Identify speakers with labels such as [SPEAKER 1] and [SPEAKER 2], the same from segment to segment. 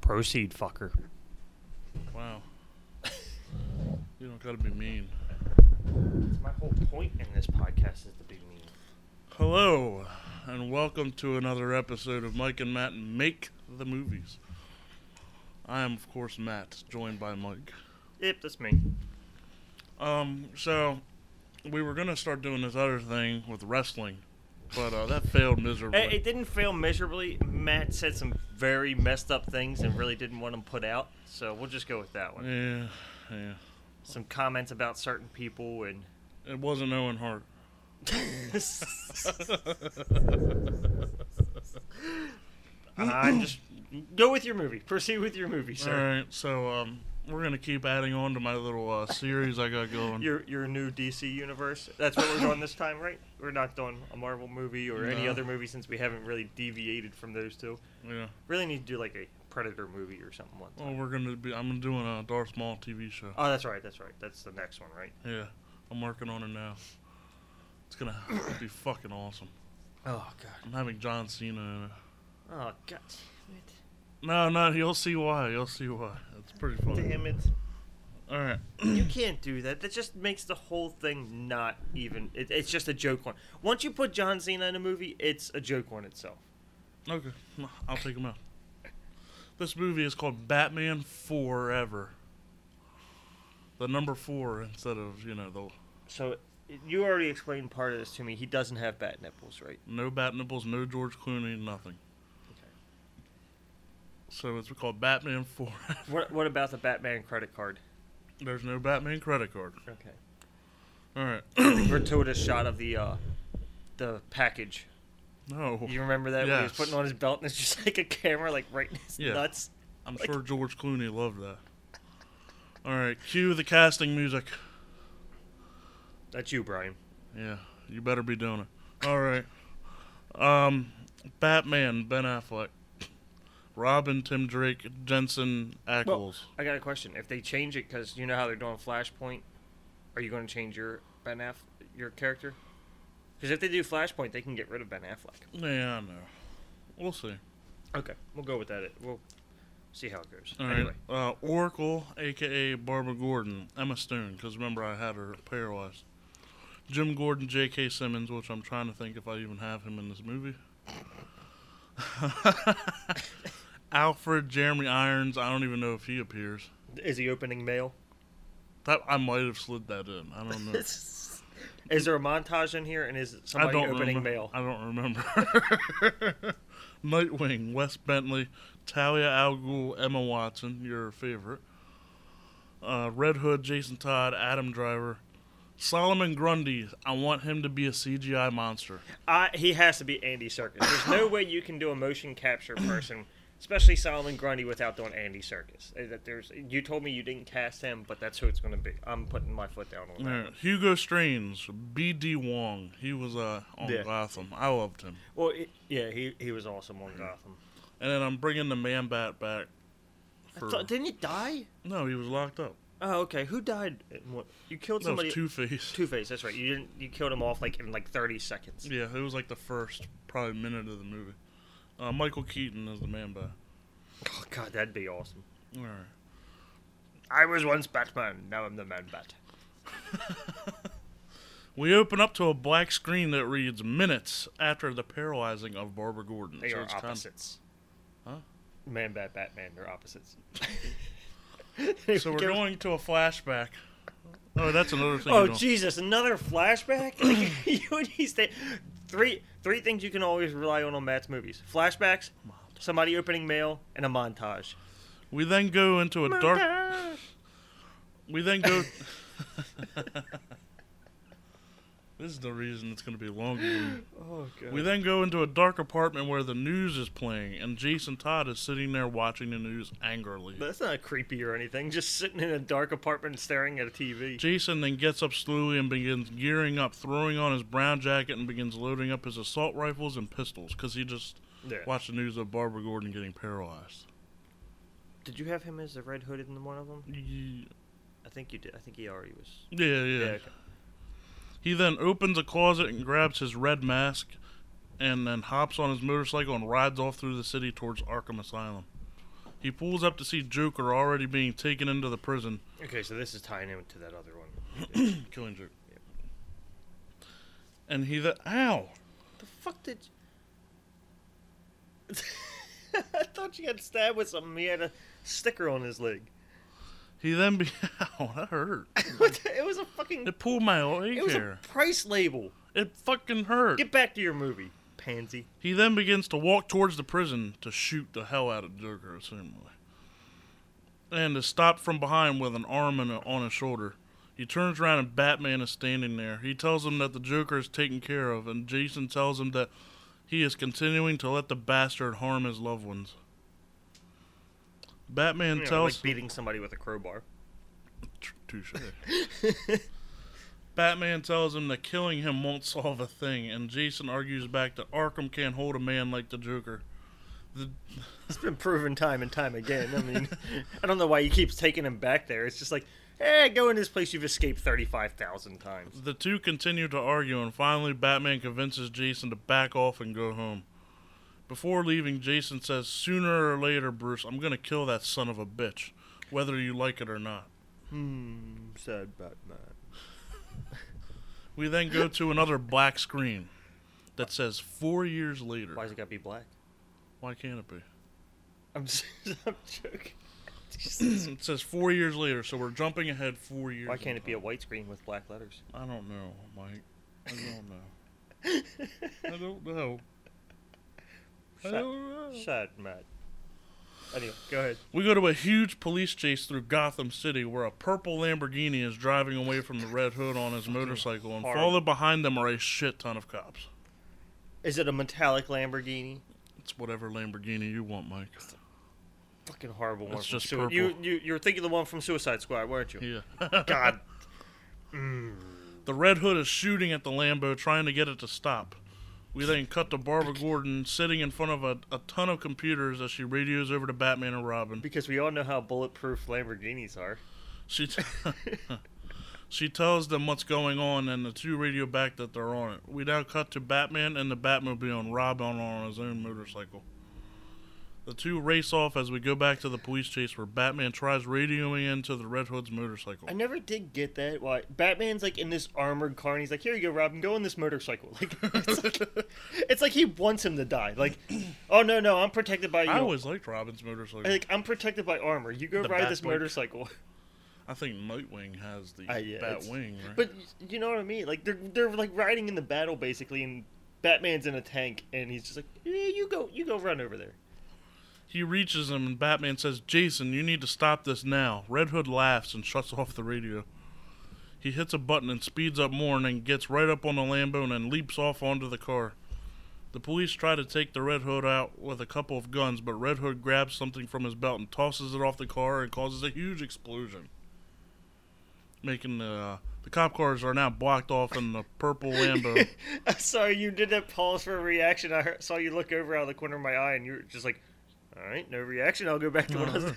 [SPEAKER 1] Proceed, fucker.
[SPEAKER 2] Wow. you don't gotta be mean.
[SPEAKER 1] That's my whole point in this podcast is to be mean.
[SPEAKER 2] Hello, and welcome to another episode of Mike and Matt Make the Movies. I am, of course, Matt, joined by Mike.
[SPEAKER 1] Yep, that's me.
[SPEAKER 2] Um, so we were gonna start doing this other thing with wrestling, but uh, that failed miserably.
[SPEAKER 1] It, it didn't fail miserably. Matt said some very messed up things and really didn't want them put out, so we'll just go with that one.
[SPEAKER 2] yeah, yeah.
[SPEAKER 1] Some comments about certain people and.
[SPEAKER 2] It wasn't Owen Hart.
[SPEAKER 1] I'm just go with your movie. Proceed with your movie,
[SPEAKER 2] All
[SPEAKER 1] sir.
[SPEAKER 2] right, so um, we're gonna keep adding on to my little uh, series I got going.
[SPEAKER 1] Your your new DC universe. That's what we're doing this time, right? We're not doing a Marvel movie or any
[SPEAKER 2] No.
[SPEAKER 1] other movie since we haven't really deviated from those two.
[SPEAKER 2] yeah.
[SPEAKER 1] Really need to do like a Predator movie or something once.
[SPEAKER 2] Well, we're gonna be. I'm doing a Darth Maul TV show.
[SPEAKER 1] Oh, that's right. That's right. That's the next one, right?
[SPEAKER 2] Yeah, I'm working on it now. It's gonna be fucking awesome.
[SPEAKER 1] Oh god.
[SPEAKER 2] I'm having John Cena in it.
[SPEAKER 1] Oh god.
[SPEAKER 2] No, no, you'll see why. You'll see why. It's pretty funny.
[SPEAKER 1] Damn it.
[SPEAKER 2] All right.
[SPEAKER 1] You can't do that. That just makes the whole thing not even. It, it's just a joke on. Once you put John Cena in a movie, it's a joke on itself.
[SPEAKER 2] Okay, I'll take him out. This movie is called Batman Forever. The number four instead of you know the
[SPEAKER 1] So you already explained part of this to me. He doesn't have bat nipples, right?
[SPEAKER 2] no bat nipples, no George Clooney, nothing.
[SPEAKER 1] Okay.
[SPEAKER 2] So it's called Batman Forever.
[SPEAKER 1] What What about the Batman credit card?
[SPEAKER 2] There's no Batman credit card.
[SPEAKER 1] Okay.
[SPEAKER 2] All right.
[SPEAKER 1] The gratuitous shot of the uh, the package.
[SPEAKER 2] No.
[SPEAKER 1] You remember that when he was
[SPEAKER 2] Yes.
[SPEAKER 1] putting on his belt and it's just like a camera like right in his
[SPEAKER 2] Yeah.
[SPEAKER 1] nuts.
[SPEAKER 2] I'm
[SPEAKER 1] Like-
[SPEAKER 2] sure George Clooney loved that. All right, cue the casting music.
[SPEAKER 1] That's you, Brian.
[SPEAKER 2] Yeah, you better be doing it. All right. Um, Batman, Ben Affleck. Robin, Tim Drake, Jensen Ackles.
[SPEAKER 1] Well, I got a question. If they change it, because you know how they're doing Flashpoint, are you going to change your Ben Aff your character? Because if they do Flashpoint, they can get rid of Ben Affleck.
[SPEAKER 2] yeah, I know. We'll see.
[SPEAKER 1] Okay, we'll go with that. It- We'll see how it goes.
[SPEAKER 2] All right.
[SPEAKER 1] anyway,
[SPEAKER 2] Uh, Oracle, aka Barbara Gordon, Emma Stone, because remember I had her paralyzed. Jim Gordon, J.K. Simmons, which I'm trying to think if I even have him in this movie. Alfred, Jeremy Irons. I don't even know if he appears.
[SPEAKER 1] is he opening mail?
[SPEAKER 2] That I might have slid that in. I don't know.
[SPEAKER 1] is there a montage in here? And is
[SPEAKER 2] I
[SPEAKER 1] somebody
[SPEAKER 2] don't
[SPEAKER 1] opening
[SPEAKER 2] remember.
[SPEAKER 1] mail?
[SPEAKER 2] I don't remember. Nightwing, Wes Bentley, Talia Al Ghul, Emma Watson, your favorite. Uh, Red Hood, Jason Todd, Adam Driver, Solomon Grundy. I want him to be a CGI monster.
[SPEAKER 1] I, he has to be Andy Circus. There's no way you can do a motion capture person, especially Solomon Grundy, without doing Andy Circus. That there's you told me you didn't cast him, but that's who it's going to be. I'm putting my foot down on that.
[SPEAKER 2] Alright, Hugo Strange, B.D. Wong. He was uh, on
[SPEAKER 1] Yeah.
[SPEAKER 2] Gotham. I loved him.
[SPEAKER 1] Well, it, yeah, he he was awesome on Gotham.
[SPEAKER 2] And then I'm bringing the Man Bat back. For,
[SPEAKER 1] didn't he die?
[SPEAKER 2] no, he was locked up.
[SPEAKER 1] Oh, okay. Who died? You killed
[SPEAKER 2] That
[SPEAKER 1] somebody.
[SPEAKER 2] was Two Face.
[SPEAKER 1] Two Face. That's right. You didn't. You killed him off like in like 30 seconds.
[SPEAKER 2] Yeah, it was like the first probably minute of the movie. Uh, Michael Keaton is the man by.
[SPEAKER 1] Oh God, that'd be awesome.
[SPEAKER 2] All right.
[SPEAKER 1] I was once Batman. Now I'm the Man Bat.
[SPEAKER 2] We open up to a black screen that reads minutes after the paralyzing of Barbara Gordon.
[SPEAKER 1] They
[SPEAKER 2] So
[SPEAKER 1] are
[SPEAKER 2] it's kind of-
[SPEAKER 1] opposites.
[SPEAKER 2] Huh?
[SPEAKER 1] Man Bat Batman. They're opposites.
[SPEAKER 2] so we're going to a flashback. Oh, that's another thing.
[SPEAKER 1] Oh
[SPEAKER 2] you don't-
[SPEAKER 1] Jesus! Another flashback. you and he stay. Three three things you can always rely on on Matt's movies: flashbacks, somebody opening mail, and a montage.
[SPEAKER 2] We then go into a dark. We then go. this is the reason it's going to be longer. than-
[SPEAKER 1] Oh God.
[SPEAKER 2] We then go into a dark apartment where the news is playing, and Jason Todd is sitting there watching the news angrily.
[SPEAKER 1] That's not creepy or anything. Just sitting in a dark apartment staring at a TV.
[SPEAKER 2] Jason then gets up slowly and begins gearing up, throwing on his brown jacket and begins loading up his assault rifles and pistols because he just
[SPEAKER 1] Yeah.
[SPEAKER 2] watched the news of Barbara Gordon getting paralyzed.
[SPEAKER 1] Did you have him as the red hooded in one of them?
[SPEAKER 2] Ye-
[SPEAKER 1] I think you did. I think he already was.
[SPEAKER 2] Yeah, yeah.
[SPEAKER 1] okay.
[SPEAKER 2] He then opens a closet and grabs his red mask and then hops on his motorcycle and rides off through the city towards Arkham Asylum. He pulls up to see Joker already being taken into the prison.
[SPEAKER 1] Okay, so this is tying into that other one.
[SPEAKER 2] Killing Joker. And he the ow.
[SPEAKER 1] the fuck did? I thought you got stabbed with something. He had a sticker on his leg.
[SPEAKER 2] He then be ow, that hurt.
[SPEAKER 1] What the- it was a fucking.
[SPEAKER 2] It pulled my leg
[SPEAKER 1] It was a
[SPEAKER 2] hair.
[SPEAKER 1] price label.
[SPEAKER 2] It fucking hurt.
[SPEAKER 1] Get back to your movie, pansy.
[SPEAKER 2] He then begins to walk towards the prison to shoot the hell out of Joker, assumably. And is stopped from behind with an arm and a, on his shoulder. He turns around and Batman is standing there. He tells him that the Joker is taken care of, and Jason tells him that he is continuing to let the bastard harm his loved ones. Batman
[SPEAKER 1] You know,
[SPEAKER 2] tells
[SPEAKER 1] like beating somebody with a crowbar.
[SPEAKER 2] Tr- Touche. Batman tells him that killing him won't solve a thing, and Jason argues back that Arkham can't hold a man like the Joker. The,
[SPEAKER 1] It's been proven time and time again. I mean, I don't know why he keeps taking him back there. It's just like, eh, go in this place you've escaped 35,000 times.
[SPEAKER 2] the two continue to argue, and finally, Batman convinces Jason to back off and go home. Before leaving, Jason says, Sooner or later, Bruce, I'm going to kill that son of a bitch, whether you like it or not.
[SPEAKER 1] Hmm, sad Batman.
[SPEAKER 2] We then go to another black screen that says, Four years later.
[SPEAKER 1] Why's it gotta be black?
[SPEAKER 2] Why can't it be?
[SPEAKER 1] I'm, just, I'm joking. Jesus.
[SPEAKER 2] It says four years later, so we're jumping ahead four years.
[SPEAKER 1] Why can't it be a
[SPEAKER 2] I
[SPEAKER 1] white screen with black letters?
[SPEAKER 2] I don't know, Mike. I don't know. I don't know. I
[SPEAKER 1] Sad-
[SPEAKER 2] don't know.
[SPEAKER 1] Sad Matt. Anyway, go ahead.
[SPEAKER 2] We go to a huge police chase through Gotham City where a purple Lamborghini is driving away from the Red Hood on his motorcycle, and
[SPEAKER 1] horrible.
[SPEAKER 2] followed behind them are a shit ton of cops.
[SPEAKER 1] Is it a metallic Lamborghini?
[SPEAKER 2] It's whatever Lamborghini you want, Mike.
[SPEAKER 1] Fucking horrible one.
[SPEAKER 2] It's
[SPEAKER 1] from
[SPEAKER 2] just
[SPEAKER 1] Sui- You,
[SPEAKER 2] purple.
[SPEAKER 1] you, you were thinking the one from Suicide Squad, weren't you?
[SPEAKER 2] Yeah.
[SPEAKER 1] God.
[SPEAKER 2] The Red Hood is shooting at the Lambo, trying to get it to stop. We then cut to Barbara Gordon sitting in front of a, a ton of computers as she radios over to Batman and Robin.
[SPEAKER 1] Because we all know how bulletproof Lamborghinis are.
[SPEAKER 2] She t- she tells them what's going on, and the two radio back that they're on it. We now cut to Batman and the Batmobile, and Robin on his own motorcycle. The two race off as we go back to the police chase, where Batman tries radioing into the Red Hood's motorcycle.
[SPEAKER 1] I never did get that. Why Batman's like in this armored car and he's like, "Here you go, Robin. Go on this motorcycle." Like it's like, it's like he wants him to die. Like, oh no, no, I'm protected by you.
[SPEAKER 2] I always liked Robin's motorcycle.
[SPEAKER 1] like I'm protected by armor. You go
[SPEAKER 2] The
[SPEAKER 1] ride this
[SPEAKER 2] Batwing.
[SPEAKER 1] motorcycle.
[SPEAKER 2] I think Nightwing has the
[SPEAKER 1] Ah, yeah, it's-
[SPEAKER 2] Batwing, right?
[SPEAKER 1] But y- you know what I mean? Like they're they're like riding in the battle basically, and Batman's in a tank and he's just like, "Yeah, you go, you go run over there."
[SPEAKER 2] He reaches him, and Batman says, Jason, you need to stop this now. Red Hood laughs and shuts off the radio. He hits a button and speeds up more, and then gets right up on the Lambo and then leaps off onto the car. The police try to take the Red Hood out with a couple of guns, but Red Hood grabs something from his belt and tosses it off the car and causes a huge explosion. Making the, uh, the cop cars are now blocked off in the purple Lambo.
[SPEAKER 1] I'm sorry, you did that pause for a reaction. I heard, saw you look over out of the corner of my eye, and you were just like, "All right, no reaction. I'll go back to what I was." doing."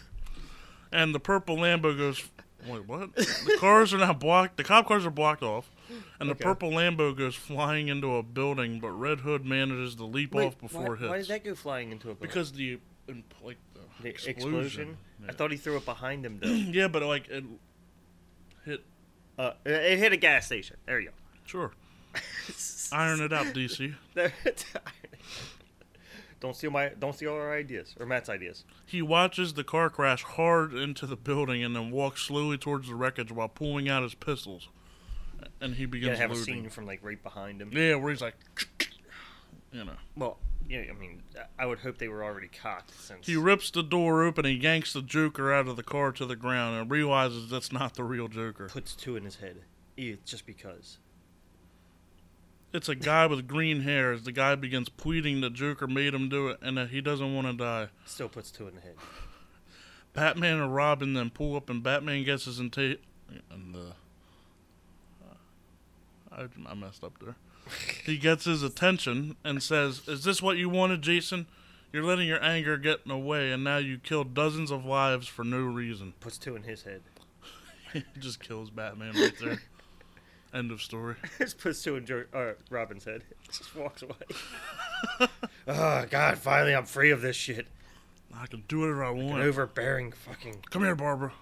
[SPEAKER 2] and the purple Lambo goes. Wait, what? The cars are now blocked. The cop cars are blocked off, and
[SPEAKER 1] Okay.
[SPEAKER 2] the purple Lambo goes flying into a building. But Red Hood manages to leap off before
[SPEAKER 1] why,
[SPEAKER 2] it hits.
[SPEAKER 1] Why did that go flying into a building?
[SPEAKER 2] Because the in- like the,
[SPEAKER 1] the explosion.
[SPEAKER 2] explosion. Yeah.
[SPEAKER 1] I thought he threw it behind him though.
[SPEAKER 2] yeah, but like it hit.
[SPEAKER 1] uh, it hit a gas station. There you
[SPEAKER 2] Sure,
[SPEAKER 1] go.
[SPEAKER 2] iron it out, DC.
[SPEAKER 1] There- don't steal my don't steal our ideas or Matt's ideas.
[SPEAKER 2] He watches the car crash hard into the building and then walks slowly towards the wreckage while pulling out his pistols, and he
[SPEAKER 1] You
[SPEAKER 2] begins
[SPEAKER 1] gotta have
[SPEAKER 2] loading.
[SPEAKER 1] a scene from like right behind him.
[SPEAKER 2] Yeah, where he's like, you know.
[SPEAKER 1] Well, yeah, I mean, I would hope they were already cocked since.
[SPEAKER 2] He rips the door open and yanks the Joker out of the car to the ground and realizes that's not the real Joker.
[SPEAKER 1] puts two in his head. Eh, just because.
[SPEAKER 2] It's a guy with green hair as the guy begins pleading that Joker made him do it and that he doesn't want to die.
[SPEAKER 1] Still puts two in the head.
[SPEAKER 2] Batman and Robin then pull up and Batman gets his inta- and the I, I messed up there. He gets his attention and says, "Is this what you wanted, Jason? You're letting your anger get in the way, and now you kill dozens of lives for no reason."
[SPEAKER 1] Puts two in his head.
[SPEAKER 2] just kills Batman right there. End of story.
[SPEAKER 1] just puts two in jo- uh, Robin's head. Ah, Just walks away. oh God! Finally, I'm free of this shit.
[SPEAKER 2] I can do whatever I
[SPEAKER 1] An
[SPEAKER 2] want.
[SPEAKER 1] overbearing fucking
[SPEAKER 2] Come here, Barbara.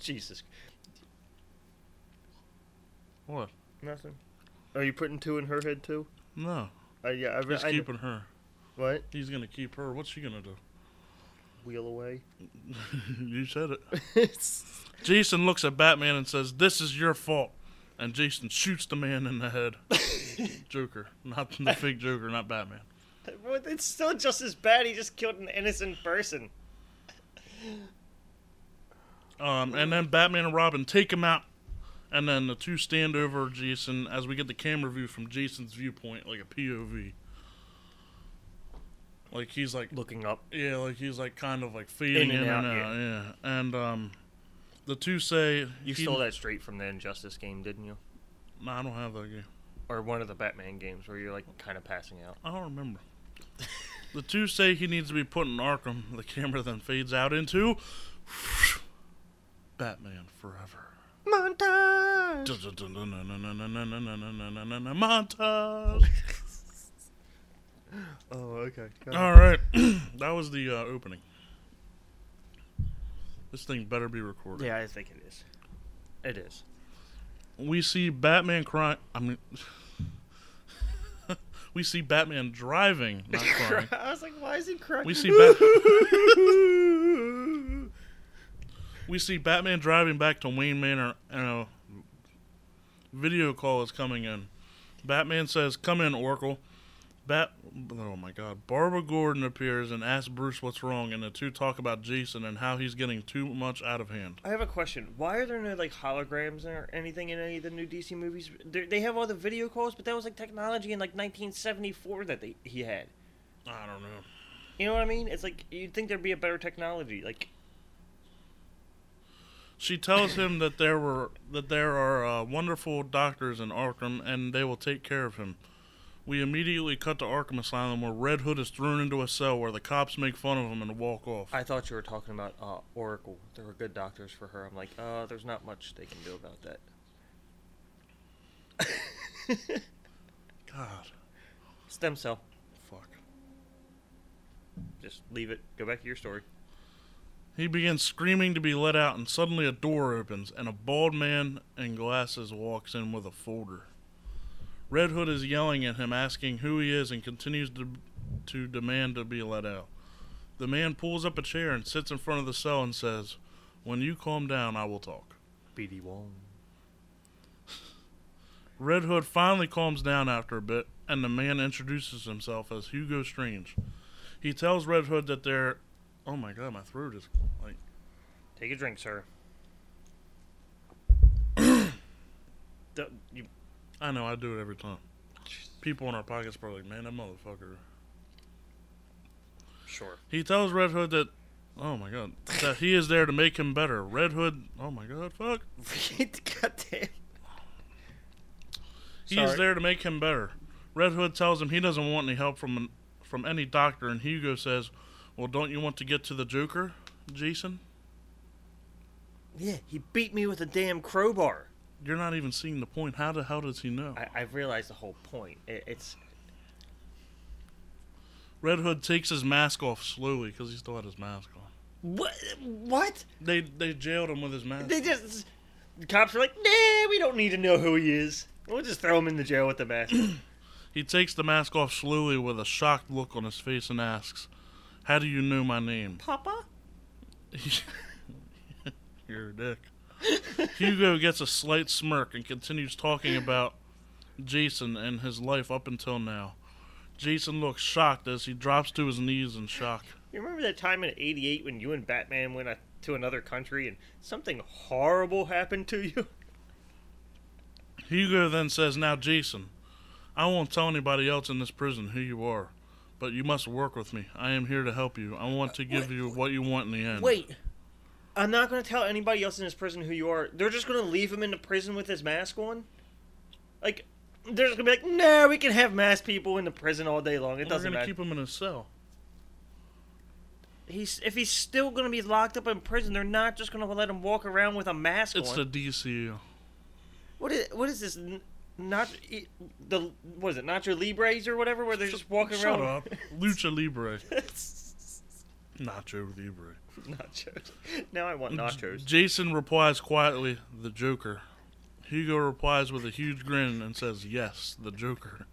[SPEAKER 1] Jesus.
[SPEAKER 2] What?
[SPEAKER 1] Nothing. Are you putting two in her head too?
[SPEAKER 2] No.
[SPEAKER 1] Uh, yeah, I've
[SPEAKER 2] He's
[SPEAKER 1] I,
[SPEAKER 2] keeping her.
[SPEAKER 1] what
[SPEAKER 2] He's gonna keep her. What's she gonna do?
[SPEAKER 1] wheel away.
[SPEAKER 2] you said it. Jason looks at Batman and says, "This is your fault." And Jason shoots the man in the head. Joker, not the fake Joker, not Batman.
[SPEAKER 1] Well, it's still just as bad. He just killed an innocent person.
[SPEAKER 2] Um, and then Batman and Robin take him out, and then the two stand over Jason as we get the camera view from Jason's viewpoint, like a POV. Like he's like
[SPEAKER 1] Looking up.
[SPEAKER 2] Yeah, like he's like kind of like fading in
[SPEAKER 1] and
[SPEAKER 2] and out.
[SPEAKER 1] out,
[SPEAKER 2] yeah. and um, the two say
[SPEAKER 1] You
[SPEAKER 2] he-
[SPEAKER 1] stole that straight from the Injustice game, didn't you?
[SPEAKER 2] No, I don't have that game.
[SPEAKER 1] Or one of the Batman games where you're like kind of passing out.
[SPEAKER 2] I don't remember. the two say he needs to be put in Arkham. The camera then fades out into Batman Forever.
[SPEAKER 1] Montage.
[SPEAKER 2] Montage.
[SPEAKER 1] Oh, okay.
[SPEAKER 2] All right, that was the uh, opening. This thing better be recorded.
[SPEAKER 1] Yeah, I think it is. It is.
[SPEAKER 2] we see Batman crying. I mean, we see Batman driving, not crying.
[SPEAKER 1] I was like, why is he crying?
[SPEAKER 2] We see Bat- we see Batman driving back to Wayne Manor, and a video call is coming in. Batman says, "Come in, Oracle." Bat. Oh my God! Barbara Gordon appears and asks Bruce what's wrong, and the two talk about Jason and how he's getting too much out of hand.
[SPEAKER 1] I have a question. Why are there no like holograms or anything in any of the new DC movies? they they have all the video calls, but that was like technology in like 1974 that they he had.
[SPEAKER 2] I don't know.
[SPEAKER 1] You know what I mean? It's like you'd think there'd be a better technology. Like
[SPEAKER 2] She tells him that there were that there are uh, wonderful doctors in Arkham, and they will take care of him. We immediately cut to Arkham Asylum, where Red Hood is thrown into a cell, where the cops make fun of him and walk off.
[SPEAKER 1] I thought you were talking about uh, Oracle. There were good doctors for her. I'm like, uh, there's not much they can do about that.
[SPEAKER 2] God,
[SPEAKER 1] Stem cell.
[SPEAKER 2] fuck.
[SPEAKER 1] Just leave it. Go back to your story.
[SPEAKER 2] He begins screaming to be let out, and suddenly a door opens, and a bald man in glasses walks in with a folder. Red Hood is yelling at him, asking who he is, and continues to, to demand to be let out. The man pulls up a chair and sits in front of the cell and says, When you calm down, I will talk.
[SPEAKER 1] BD Wong.
[SPEAKER 2] Red Hood finally calms down after a bit, and the man introduces himself as Hugo Strange. He tells Red Hood that they're. Oh my god, my throat is like.
[SPEAKER 1] Take a drink, sir. Don't- you-
[SPEAKER 2] I know, I do it every time. People in our pockets are like, man, that motherfucker.
[SPEAKER 1] sure.
[SPEAKER 2] He tells Red Hood that, oh my god, that he is there to make him better. Red Hood, oh my god, fuck.
[SPEAKER 1] Goddamn.
[SPEAKER 2] He is
[SPEAKER 1] Sorry.
[SPEAKER 2] there to make him better. Red Hood tells him he doesn't want any help from an, from any doctor, and Hugo says, well, don't you want to get to the Joker, Jason?
[SPEAKER 1] Yeah, he beat me with a damn crowbar.
[SPEAKER 2] You're not even seeing the point. How the hell does he know?
[SPEAKER 1] I, I've realized the whole point. It, it's
[SPEAKER 2] Red Hood takes his mask off slowly because he still had his mask on.
[SPEAKER 1] what? What?
[SPEAKER 2] They they jailed him with his mask.
[SPEAKER 1] They just the cops are like, nah, we don't need to know who he is. We'll just throw him in the jail with the mask.
[SPEAKER 2] He takes the mask off slowly with a shocked look on his face and asks, How do you know my name?
[SPEAKER 1] Papa.
[SPEAKER 2] You're a dick. Hugo gets a slight smirk and continues talking about Jason and his life up until now. Jason looks shocked as he drops to his knees in shock.
[SPEAKER 1] You remember that time in '88 when you and Batman went a, to another country and something horrible happened to you?
[SPEAKER 2] Hugo then says, Now, Jason, I won't tell anybody else in this prison who you are, but you must work with me. I am here to help you. I want to give you what you want in the end.
[SPEAKER 1] Wait, I'm not gonna tell anybody else in this prison who you are. They're just gonna leave him in the prison with his mask on. Like, they're just gonna be like, nah, we can have masked people in the prison all day long. It
[SPEAKER 2] We're
[SPEAKER 1] doesn't
[SPEAKER 2] going to
[SPEAKER 1] matter.
[SPEAKER 2] keep him in a cell.
[SPEAKER 1] He's if he's still gonna be locked up in prison, they're not just gonna let him walk around with a mask
[SPEAKER 2] It's
[SPEAKER 1] on.
[SPEAKER 2] the DCU.
[SPEAKER 1] What is what is this? N- Not e- the what is it? Nacho Libres or whatever, where they're just walking
[SPEAKER 2] Shut
[SPEAKER 1] around.
[SPEAKER 2] up. Lucha Libre. Nacho Libre.
[SPEAKER 1] Nachos. Now I want nachos.
[SPEAKER 2] Jason replies quietly, "The Joker." Hugo replies with a huge grin and says, "Yes, the Joker."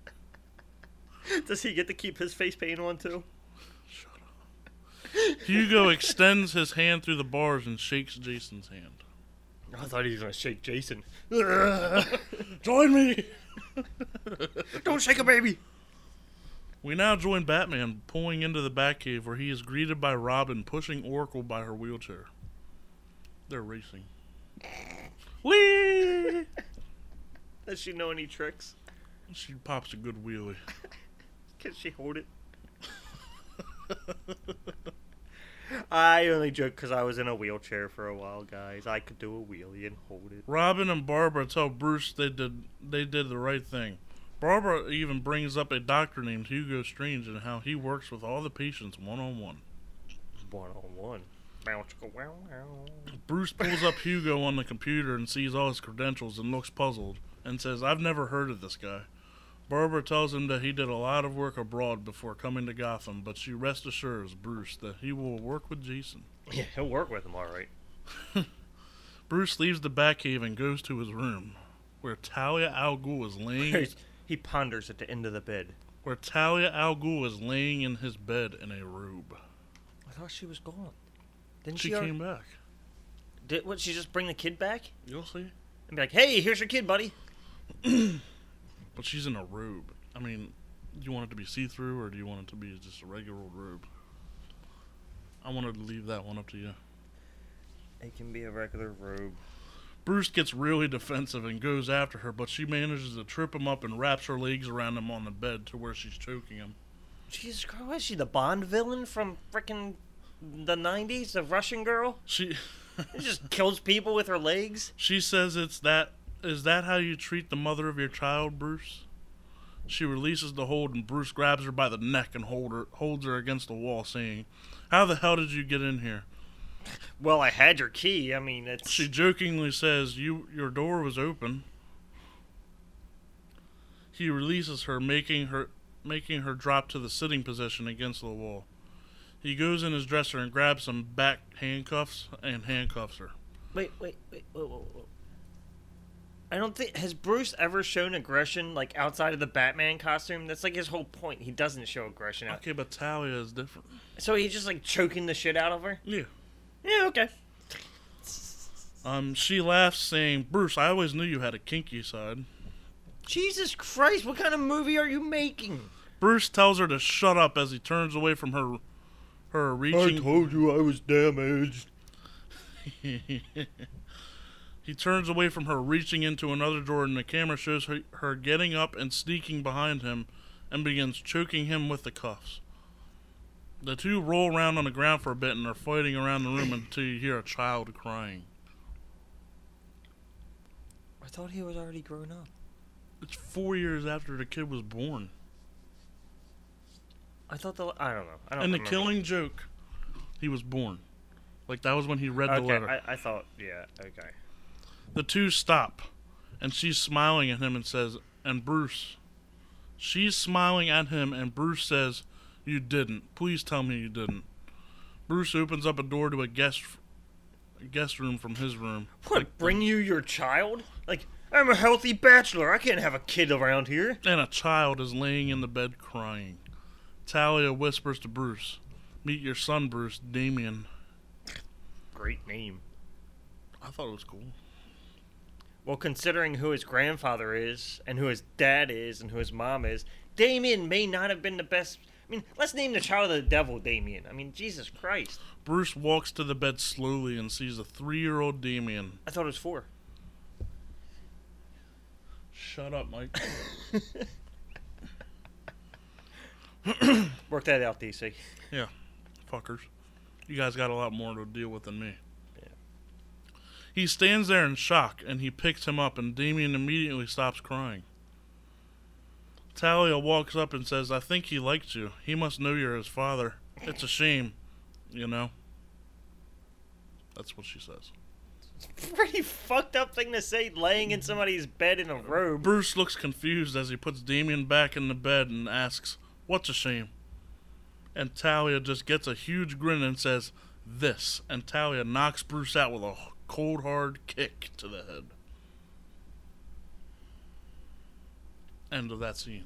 [SPEAKER 1] Does he get to keep his face paint on too?
[SPEAKER 2] Shut up. Hugo extends his hand through the bars and shakes Jason's hand.
[SPEAKER 1] I thought he was gonna shake Jason.
[SPEAKER 2] Join me.
[SPEAKER 1] Don't shake a baby.
[SPEAKER 2] We now join Batman pulling into the Batcave where he is greeted by Robin pushing Oracle by her wheelchair. They're racing. Whee!
[SPEAKER 1] Does she know any tricks?
[SPEAKER 2] She pops a good wheelie.
[SPEAKER 1] Can she hold it? I only joke because I was in a wheelchair for a while, guys. I could do a wheelie and hold it.
[SPEAKER 2] Robin and Barbara tell Bruce they did they did the right thing. Barbara even brings up a doctor named Hugo Strange and how he works with all the patients one on one.
[SPEAKER 1] One on one. Bow, chicka, wow, wow.
[SPEAKER 2] Bruce pulls up Hugo on the computer and sees all his credentials and looks puzzled and says, I've never heard of this guy. Barbara tells him that he did a lot of work abroad before coming to Gotham, but she rest assures Bruce that he will work with Jason.
[SPEAKER 1] Yeah, he'll work with him, all right.
[SPEAKER 2] Bruce leaves the Batcave and goes to his room, where Talia Al Ghul is laying
[SPEAKER 1] he ponders at the end of the bed.
[SPEAKER 2] where Talia Al Ghul is laying in his bed in a robe.
[SPEAKER 1] I thought she was gone. Didn't she,
[SPEAKER 2] She came back.
[SPEAKER 1] Did what? She just bring the kid back
[SPEAKER 2] You'll see.
[SPEAKER 1] and be like, "Hey, here's your kid, buddy."
[SPEAKER 2] But she's in a robe. I mean, do you want it to be see through or do you want it to be just a regular old robe? I wanted to leave that one up to you.
[SPEAKER 1] It can be a regular robe.
[SPEAKER 2] Bruce gets really defensive and goes after her, but she manages to trip him up and wraps her legs around him on the bed to where she's choking him.
[SPEAKER 1] Jesus Christ, what is she the Bond villain from frickin' the '90s? The Russian girl
[SPEAKER 2] She
[SPEAKER 1] who just kills people with her legs.
[SPEAKER 2] she says it's that is that how you treat the mother of your child, Bruce? She releases the hold and Bruce grabs her by the neck and hold her, holds her against the wall saying, "How the hell did you get in here?"
[SPEAKER 1] Well, I had your key. I mean, it's
[SPEAKER 2] She jokingly says, "You your door was open." He releases her, making her making her drop to the sitting position against the wall. He goes in his dresser and grabs some back handcuffs and handcuffs her.
[SPEAKER 1] wait, wait, wait, wait, wait, wait. I don't think has Bruce ever shown aggression like outside of the Batman costume. That's like his whole point. He doesn't show aggression out.
[SPEAKER 2] Okay, but Talia is different.
[SPEAKER 1] Uh, So he's just like choking the shit out of her.
[SPEAKER 2] Yeah.
[SPEAKER 1] Yeah, okay.
[SPEAKER 2] Um, she laughs, saying, "Bruce, I always knew you had a kinky side."
[SPEAKER 1] Jesus Christ, what kind of movie are you making?
[SPEAKER 2] Bruce tells her to shut up as he turns away from her, her reaching.
[SPEAKER 1] told you I was damaged.
[SPEAKER 2] he turns away from her, reaching into another drawer, and the camera shows her, her getting up and sneaking behind him and begins choking him with the cuffs. The two roll around on the ground for a bit and are fighting around the room until you hear a child crying.
[SPEAKER 1] I thought he was already grown up.
[SPEAKER 2] It's four years after the kid was born.
[SPEAKER 1] I thought the I don't know. I don't
[SPEAKER 2] And the
[SPEAKER 1] remember.
[SPEAKER 2] killing joke, he was born. Like, that was when he read the
[SPEAKER 1] Okay,
[SPEAKER 2] letter.
[SPEAKER 1] I, I thought yeah. Okay.
[SPEAKER 2] The two stop, and she's smiling at him and says, and Bruce. She's smiling at him, and Bruce says, You didn't. Please tell me you didn't. Bruce opens up a door to a guest a guest room from his room.
[SPEAKER 1] What? Bring you your child? Like I'm a healthy bachelor. I can't have a kid around here.
[SPEAKER 2] and a child is laying in the bed crying. Talia whispers to Bruce, Meet your son, Bruce, Damien.
[SPEAKER 1] Great name.
[SPEAKER 2] I thought it was cool.
[SPEAKER 1] Well, considering who his grandfather is and who his dad is and who his mom is, Damien may not have been the best. I mean, let's name the child of the devil Damien. I mean, Jesus Christ.
[SPEAKER 2] Bruce walks to the bed slowly and sees a three year old Damien.
[SPEAKER 1] I thought it was four.
[SPEAKER 2] Shut up, Mike.
[SPEAKER 1] Work that out, DC.
[SPEAKER 2] Yeah, fuckers. You guys got a lot more to deal with than me.
[SPEAKER 1] Yeah.
[SPEAKER 2] He stands there in shock and he picks him up, and Damien immediately stops crying. Talia walks up and says, I think he likes you. He must know you're his father. It's a shame, you know? That's what she says.
[SPEAKER 1] Pretty fucked up thing to say, laying in somebody's bed in a robe.
[SPEAKER 2] Bruce looks confused as he puts Damien back in the bed and asks, What's a shame? and Talia just gets a huge grin and says, This. And Talia knocks Bruce out with a h- cold, hard kick to the head. End of that scene.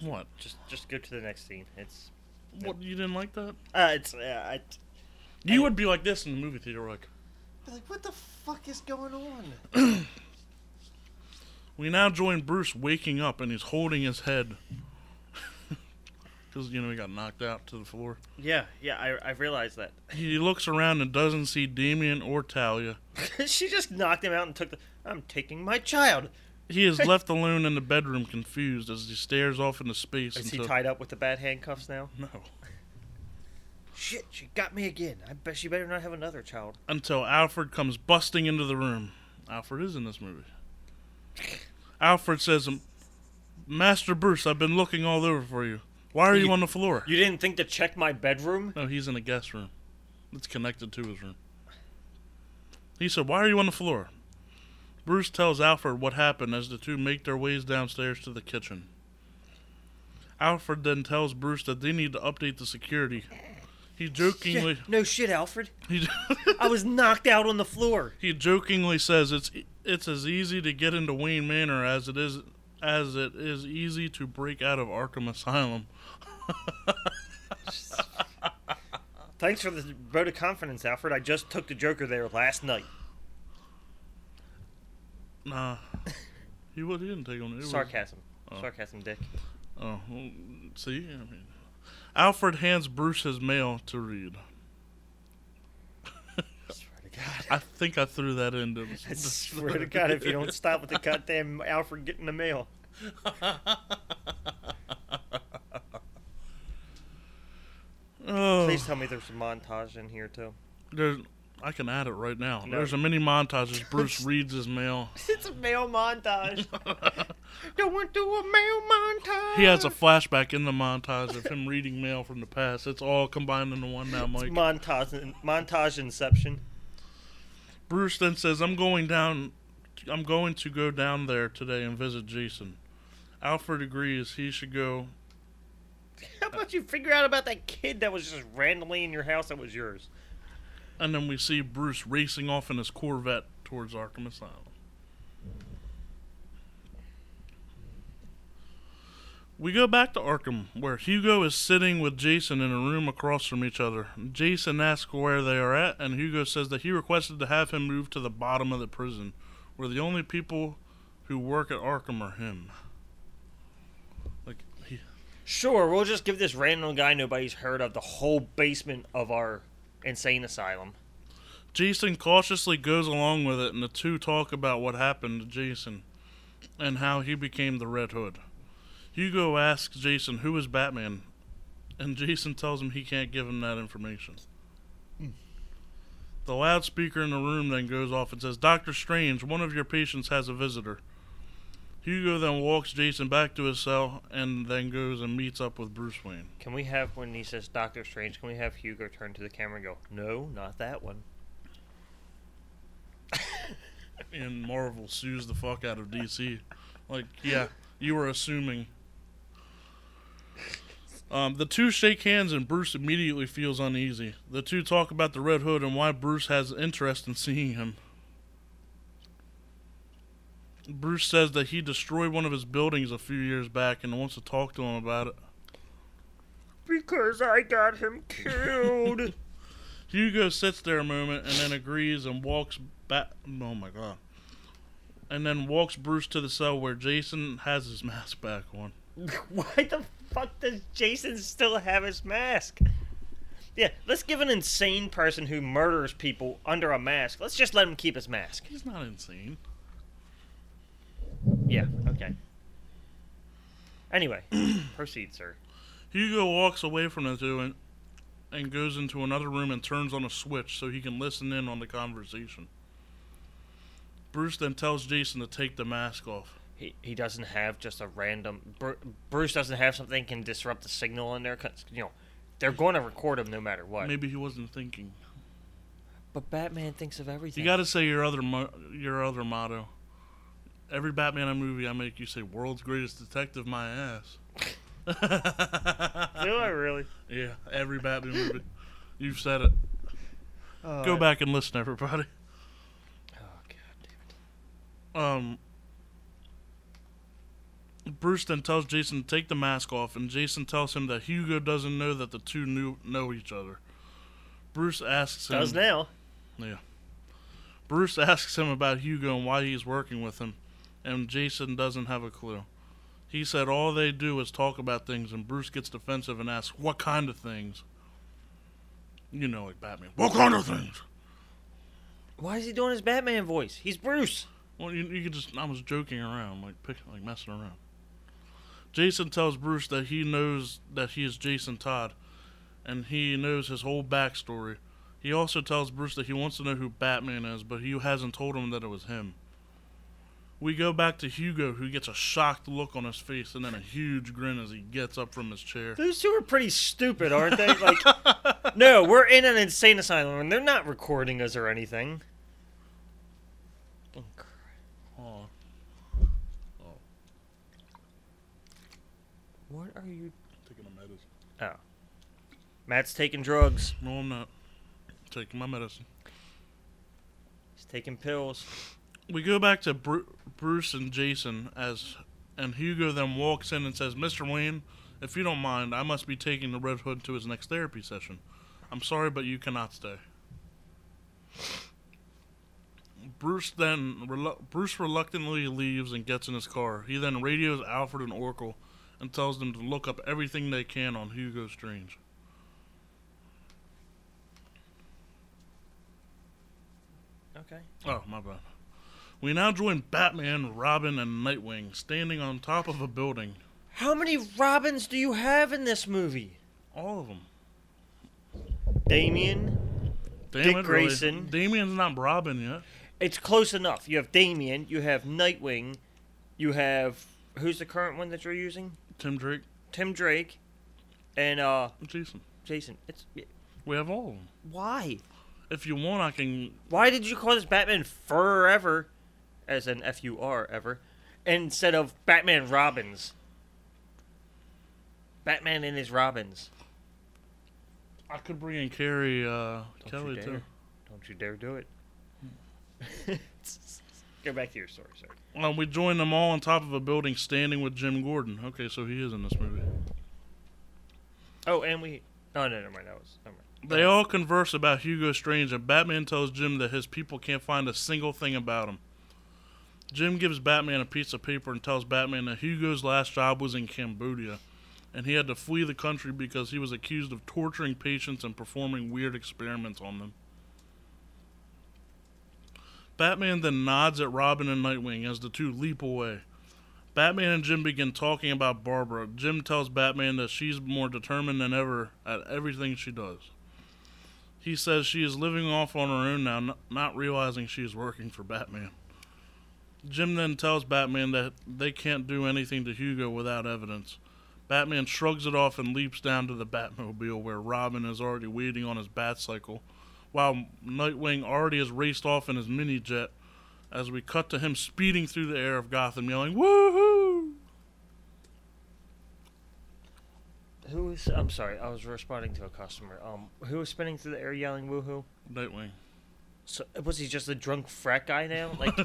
[SPEAKER 2] What?
[SPEAKER 1] Just just go to the next scene. It's
[SPEAKER 2] What? You didn't like that?
[SPEAKER 1] uh, it's uh, I,
[SPEAKER 2] You would be like this in the movie theater, like,
[SPEAKER 1] like what the fuck is going on?
[SPEAKER 2] We now join Bruce waking up and he's holding his head. Because, you know, he got knocked out to the floor.
[SPEAKER 1] Yeah, yeah, I I realized that.
[SPEAKER 2] He looks around and doesn't see Damien or Talia.
[SPEAKER 1] she just knocked him out and took the. I'm taking my child.
[SPEAKER 2] He is left alone in the bedroom, confused, as he stares off into space.
[SPEAKER 1] Is he
[SPEAKER 2] until...
[SPEAKER 1] tied up with the bad handcuffs now?
[SPEAKER 2] No.
[SPEAKER 1] Shit, she got me again. I bet she better not have another child.
[SPEAKER 2] Until Alfred comes busting into the room. Alfred is in this movie. Alfred says, Master Bruce, I've been looking all over for you. Why are you
[SPEAKER 1] You-
[SPEAKER 2] on the floor?
[SPEAKER 1] You didn't think to check my bedroom?
[SPEAKER 2] No, he's in a guest room. It's connected to his room. He said, Why are you on the floor? Bruce tells Alfred what happened as the two make their ways downstairs to the kitchen. Alfred then tells Bruce that they need to update the security. He jokingly
[SPEAKER 1] no shit, Alfred.
[SPEAKER 2] he,
[SPEAKER 1] I was knocked out on the floor.
[SPEAKER 2] he jokingly says it's it's as easy to get into Wayne Manor as it is as it is easy to break out of Arkham Asylum.
[SPEAKER 1] Thanks for the vote of confidence, Alfred. I just took the Joker there last night.
[SPEAKER 2] Nah, he, wa- he didn't take on it. was-
[SPEAKER 1] Sarcasm. Sarcasm, dick.
[SPEAKER 2] Oh, well, see, I mean, Alfred hands Bruce his mail to read.
[SPEAKER 1] I swear to God.
[SPEAKER 2] I think I threw that in. To
[SPEAKER 1] I swear to God, if you don't stop with the goddamn Alfred getting the mail.
[SPEAKER 2] oh,
[SPEAKER 1] Please tell me there's a montage in here, too.
[SPEAKER 2] there's, I can add it right now.
[SPEAKER 1] No.
[SPEAKER 2] There's a mini montage as Bruce reads his mail.
[SPEAKER 1] It's a mail montage. Going through a mail montage.
[SPEAKER 2] He has a flashback in the montage of him reading mail from the past. It's all combined into one now, Mike.
[SPEAKER 1] montage, montage inception.
[SPEAKER 2] Bruce then says, "I'm going down. I'm going to go down there today and visit Jason." Alfred agrees he should go
[SPEAKER 1] How about you figure out about that kid that was just randomly in your house that was yours?
[SPEAKER 2] And then we see Bruce racing off in his Corvette towards Arkham Asylum. We go back to Arkham, where Hugo is sitting with Jason in a room across from each other. Jason asks where they are at, and Hugo says that he requested to have him moved to the bottom of the prison, where the only people who work at Arkham are him. Like, he,
[SPEAKER 1] Sure, we'll just give this random guy nobody's heard of the whole basement of our insane asylum.
[SPEAKER 2] Jason cautiously goes along with it, and the two talk about what happened to Jason and how he became the Red Hood. Hugo asks Jason who is Batman, and Jason tells him he can't give him that information. The loudspeaker in the room then goes off and says, Doctor Strange, one of your patients has a visitor. Hugo then walks Jason back to his cell and then goes and meets up with Bruce Wayne.
[SPEAKER 1] Can we have when he says Doctor Strange? Can we have Hugo turn to the camera and go, "No, not that one."
[SPEAKER 2] and Marvel sues the fuck out of DC. Like, yeah, you were assuming. Um, the two shake hands, and Bruce immediately feels uneasy. The two talk about the Red Hood and why Bruce has interest in seeing him. Bruce says that he destroyed one of his buildings a few years back and wants to talk to him about it.
[SPEAKER 1] Because I got him killed.
[SPEAKER 2] Hugo sits there a moment and then agrees and walks back. Oh my god. And then walks Bruce to the cell where Jason has his mask back on.
[SPEAKER 1] Why the fuck does Jason still have his mask? Yeah, let's give an insane person who murders people under a mask. Let's just let him keep his mask.
[SPEAKER 2] He's not insane.
[SPEAKER 1] Yeah. Okay. Anyway, proceed, sir.
[SPEAKER 2] Hugo walks away from the two and, and goes into another room and turns on a switch so he can listen in on the conversation. Bruce then tells Jason to take the mask off.
[SPEAKER 1] He he doesn't have just a random. Bru- Bruce doesn't have something can disrupt the signal in there. 'cause, you know, they're going to record him no matter what.
[SPEAKER 2] Maybe he wasn't thinking.
[SPEAKER 1] But Batman thinks of everything.
[SPEAKER 2] You got to say your other mo- your other motto. every Batman movie, I make you say "World's Greatest Detective" my ass.
[SPEAKER 1] Do I really?
[SPEAKER 2] yeah, every Batman movie, you've said it. Go back and listen, everybody.
[SPEAKER 1] Oh god damn
[SPEAKER 2] um, Bruce then tells Jason to take the mask off, and Jason tells him that Hugo doesn't know that the two knew, know each other. Bruce asks him.
[SPEAKER 1] it. Does now?
[SPEAKER 2] Yeah. Bruce asks him about Hugo and why he's working with him, and Jason doesn't have a clue. He said all they do is talk about things, and Bruce gets defensive and asks, What kind of things? You know, like Batman. What kind of things?
[SPEAKER 1] Why is he doing his Batman voice? He's Bruce.
[SPEAKER 2] Well, you, you could just. I was joking around, like pick, like messing around. Jason tells Bruce that he knows that he is Jason Todd, and he knows his whole backstory. He also tells Bruce that he wants to know who Batman is, but he hasn't told him that it was him. We go back to Hugo, who gets a shocked look on his face and then a huge grin as he gets up from his chair.
[SPEAKER 1] Those two are pretty stupid, aren't they? Like, no, we're in an insane asylum, and they're not recording us or anything. Oh, crap.
[SPEAKER 2] Aw.
[SPEAKER 1] What are you? Oh, Matt's taking drugs.
[SPEAKER 2] No, I'm not taking my medicine.
[SPEAKER 1] He's taking pills.
[SPEAKER 2] we go back to Bru- Bruce and Jason as, and Hugo then walks in and says, "Mr. Wayne, if you don't mind, I must be taking the Red Hood to his next therapy session. I'm sorry, but you cannot stay." Bruce then relu- Bruce reluctantly leaves and gets in his car. He then radios Alfred and Oracle and tells them to look up everything they can on Hugo Strange.
[SPEAKER 1] Okay.
[SPEAKER 2] Oh, my bad. We now join Batman, Robin, and Nightwing standing on top of a building.
[SPEAKER 1] How many Robins do you have in this movie?
[SPEAKER 2] All of them.
[SPEAKER 1] Damien.
[SPEAKER 2] Damn
[SPEAKER 1] Dick
[SPEAKER 2] it, really.
[SPEAKER 1] Grayson.
[SPEAKER 2] Damien's not Robin yet.
[SPEAKER 1] It's close enough. You have Damien. You have Nightwing. You have who's the current one that you're using?
[SPEAKER 2] Tim Drake,
[SPEAKER 1] Tim Drake, and uh,
[SPEAKER 2] Jason.
[SPEAKER 1] Jason. It's
[SPEAKER 2] We have all of them.
[SPEAKER 1] why?
[SPEAKER 2] If you want, I can.
[SPEAKER 1] Why did you call this Batman Forever, as an F U R ever, instead of Batman Robins? Batman and his Robins.
[SPEAKER 2] I could bring in Carrie uh,
[SPEAKER 1] Don't
[SPEAKER 2] Kelly
[SPEAKER 1] you dare!
[SPEAKER 2] too.
[SPEAKER 1] Don't you dare do it. Go back to your story, sir.
[SPEAKER 2] Um, we join them all on top of a building, standing with Jim Gordon. Okay, so he is in this movie.
[SPEAKER 1] Oh, and we. Oh no, never mind. That was. Never mind.
[SPEAKER 2] They all converse about Hugo Strange, and Batman tells Jim that his people can't find a single thing about him. Jim gives Batman a piece of paper and tells Batman that Hugo's last job was in Cambodia, and he had to flee the country because he was accused of torturing patients and performing weird experiments on them. Batman then nods at Robin and Nightwing as the two leap away. Batman and Jim begin talking about Barbara. Jim tells Batman that she's more determined than ever at everything she does. He says she is living off on her own now, n- not realizing she is working for Batman. Jim then tells Batman that they can't do anything to Hugo without evidence. Batman shrugs it off and leaps down to the Batmobile where Robin is already waiting on his Batcycle, while Nightwing already has raced off in his mini jet as we cut to him speeding through the air of Gotham yelling, Woohoo!
[SPEAKER 1] Who is? I'm sorry. I was responding to a customer. Um, who was spinning through the air yelling "woohoo"?
[SPEAKER 2] Nightwing.
[SPEAKER 1] So was he just a drunk frat guy now? Like,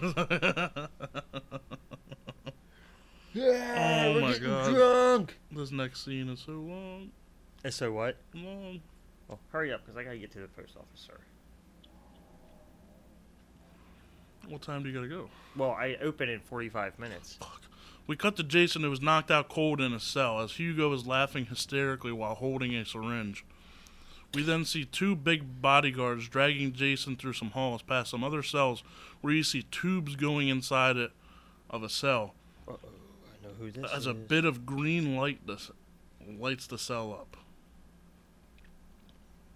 [SPEAKER 1] yeah,
[SPEAKER 2] Oh my God.
[SPEAKER 1] drunk.
[SPEAKER 2] This next scene is so long,
[SPEAKER 1] And so what?
[SPEAKER 2] long.
[SPEAKER 1] Well, hurry up, cause I gotta get to the post office, sir.
[SPEAKER 2] What time do you gotta go?
[SPEAKER 1] Well, I open in 45 minutes.
[SPEAKER 2] We cut to Jason, who was knocked out cold in a cell, as Hugo is laughing hysterically while holding a syringe. We then see two big bodyguards dragging Jason through some halls past some other cells where you see tubes going inside it of a cell
[SPEAKER 1] Uh-oh, I know who this
[SPEAKER 2] as
[SPEAKER 1] is.
[SPEAKER 2] a bit of green light this lights the cell up.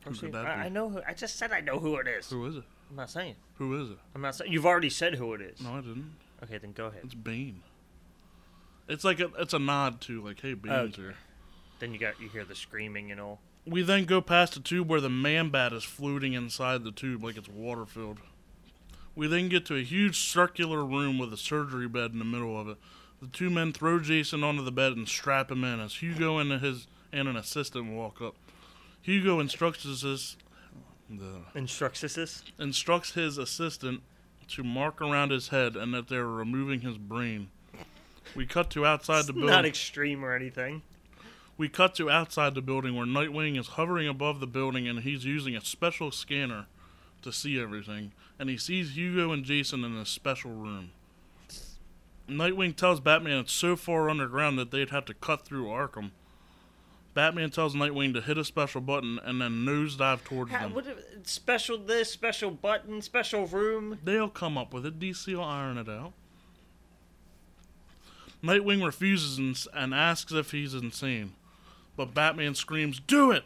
[SPEAKER 1] Oh,
[SPEAKER 2] Who
[SPEAKER 1] see,
[SPEAKER 2] could
[SPEAKER 1] I,
[SPEAKER 2] that
[SPEAKER 1] I
[SPEAKER 2] be?
[SPEAKER 1] know who. I just said I know who it is.
[SPEAKER 2] Who is it?
[SPEAKER 1] I'm not saying.
[SPEAKER 2] Who is it?
[SPEAKER 1] I'm not saying. You've already said who it is.
[SPEAKER 2] No, I didn't.
[SPEAKER 1] Okay, then go ahead.
[SPEAKER 2] It's Bane. It's like a, it's a nod to like, hey, Bane's
[SPEAKER 1] Okay.
[SPEAKER 2] here.
[SPEAKER 1] Then you got you hear the screaming and all.
[SPEAKER 2] We then go past a tube where the man bat is floating inside the tube like it's water filled. We then get to a huge circular room with a surgery bed in the middle of it. The two men throw Jason onto the bed and strap him in as Hugo and his and an assistant walk up. Hugo instructs his the,
[SPEAKER 1] Instruxis.
[SPEAKER 2] instructs his assistant to mark around his head and that they're removing his brain. We cut to outside the building.
[SPEAKER 1] Not extreme or anything.
[SPEAKER 2] We cut to outside the building where Nightwing is hovering above the building and he's using a special scanner to see everything. And he sees Hugo and Jason in a special room. Nightwing tells Batman it's so far underground that they'd have to cut through Arkham. Batman tells Nightwing to hit a special button and then nosedive towards
[SPEAKER 1] How,
[SPEAKER 2] them.
[SPEAKER 1] what, special this, special button, special room.
[SPEAKER 2] They'll come up with it. DC will iron it out. Nightwing refuses and, and asks if he's insane, but Batman screams, "Do it!"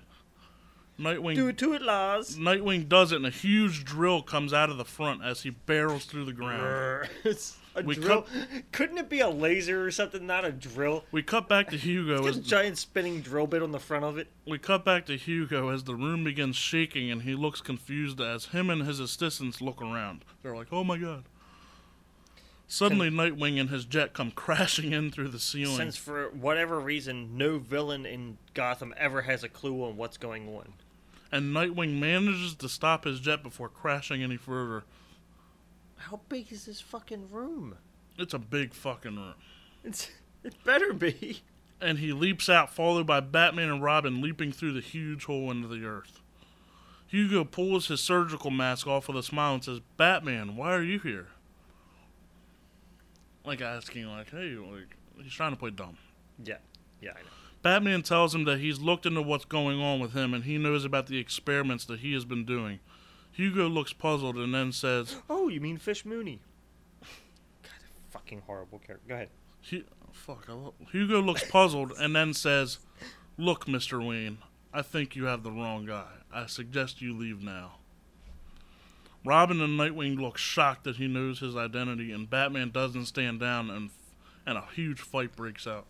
[SPEAKER 2] Nightwing
[SPEAKER 1] Do it to it, Lars.
[SPEAKER 2] Nightwing does it, and a huge drill comes out of the front as he barrels through the ground.
[SPEAKER 1] It's a
[SPEAKER 2] Mm. We
[SPEAKER 1] drill. Couldn't it be a laser or something? Not a drill.
[SPEAKER 2] We cut back to Hugo
[SPEAKER 1] Got a
[SPEAKER 2] as
[SPEAKER 1] giant spinning drill bit on the front of it.
[SPEAKER 2] we cut back to Hugo as the room begins shaking, and he looks confused as him and his assistants look around. They're like, "Oh my god!" Suddenly, Nightwing and his jet come crashing in through the ceiling.
[SPEAKER 1] Since for whatever reason, no villain in Gotham ever has a clue on what's going on.
[SPEAKER 2] and Nightwing manages to stop his jet before crashing any further.
[SPEAKER 1] How big is this fucking room?
[SPEAKER 2] It's a big fucking room.
[SPEAKER 1] It's it better be.
[SPEAKER 2] And he leaps out, followed by Batman and Robin leaping through the huge hole into the earth. Hugo pulls his surgical mask off with a smile and says, Batman, why are you here? Like asking, like, hey, like, he's trying to play dumb.
[SPEAKER 1] Yeah, yeah, I know.
[SPEAKER 2] Batman tells him that he's looked into what's going on with him and he knows about the experiments that he has been doing. Hugo looks puzzled and then says,
[SPEAKER 1] Oh, you mean Fish Mooney? God, a fucking horrible character. Go ahead.
[SPEAKER 2] Hu- fuck, I lo- Hugo looks puzzled and then says, Look, Mr. Wayne, I think you have the wrong guy. I suggest you leave now. Robin and Nightwing look shocked that he knows his identity, and Batman doesn't stand down, and, and a huge fight breaks out.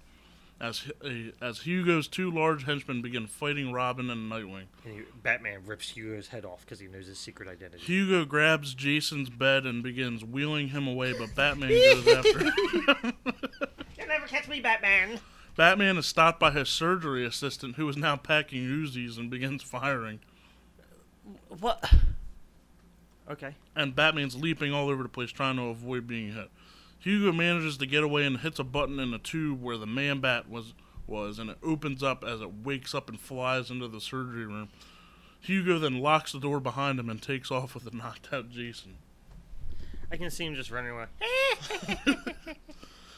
[SPEAKER 2] As, Hu- eh, as Hugo's two large henchmen begin fighting Robin and Nightwing,
[SPEAKER 1] And he, Batman rips Hugo's head off because he knows his secret identity.
[SPEAKER 2] Hugo grabs Jason's bed and begins wheeling him away, but Batman goes after.
[SPEAKER 1] You'll never catch me, Batman.
[SPEAKER 2] Batman is stopped by his surgery assistant, who is now packing Uzis and begins firing.
[SPEAKER 1] What? Okay.
[SPEAKER 2] And Batman's leaping all over the place, trying to avoid being hit. Hugo manages to get away and hits a button in the tube where the man bat was, was, and it opens up as it wakes up and flies into the surgery room. Hugo then locks the door behind him and takes off with a knocked out Jason.
[SPEAKER 1] I can see him just running away.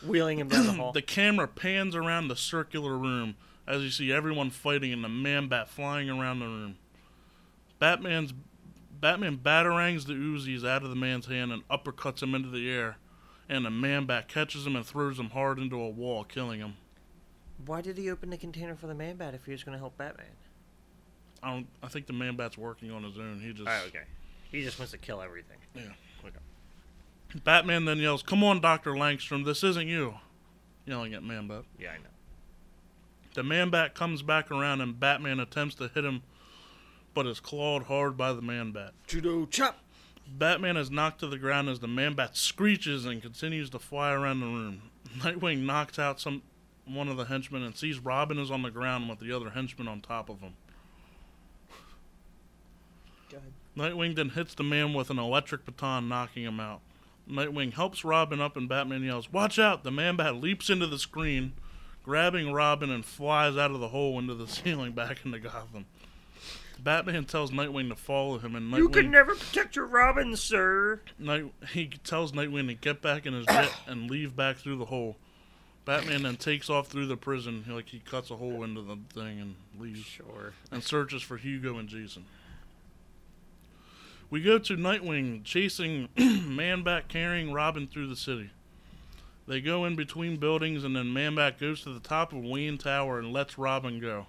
[SPEAKER 1] Wheeling him down the hall.
[SPEAKER 2] The camera pans around the circular room as you see everyone fighting and the man bat flying around the room. Batman's Batman batarangs the Uzis out of the man's hand and uppercuts him into the air, and the man bat catches him and throws him hard into a wall, killing him.
[SPEAKER 1] Why did he open the container for the man bat if he was going to help Batman?
[SPEAKER 2] I don't, I think the man bat's working on his own. He just
[SPEAKER 1] Oh, okay. He just wants to kill everything.
[SPEAKER 2] yeah.
[SPEAKER 1] Okay.
[SPEAKER 2] Batman then yells, "Come on, Doctor Langstrom, this isn't you," yelling at man bat.
[SPEAKER 1] Yeah, I know.
[SPEAKER 2] The man bat comes back around and Batman attempts to hit him, but is clawed hard by the man bat.
[SPEAKER 1] Judo chop.
[SPEAKER 2] Batman is knocked to the ground as the man bat screeches and continues to fly around the room. Nightwing knocks out some one of the henchmen and sees Robin is on the ground with the other henchman on top of him. Nightwing then hits the man with an electric baton, knocking him out. Nightwing helps Robin up and Batman yells, Watch out! The man bat leaps into the screen, grabbing Robin and flies out of the hole into the ceiling back into Gotham. Batman tells Nightwing to follow him and Nightwing
[SPEAKER 1] You can never protect your Robin, sir.
[SPEAKER 2] Night he tells Nightwing to get back in his jet and leave back through the hole. Batman then takes off through the prison, he- like he cuts a hole into the thing and leaves
[SPEAKER 1] Sure.
[SPEAKER 2] and searches for Hugo and Jason. We go to Nightwing chasing Man Bat carrying Robin through the city. They go in between buildings and then Man Bat goes to the top of Wayne Tower and lets Robin go.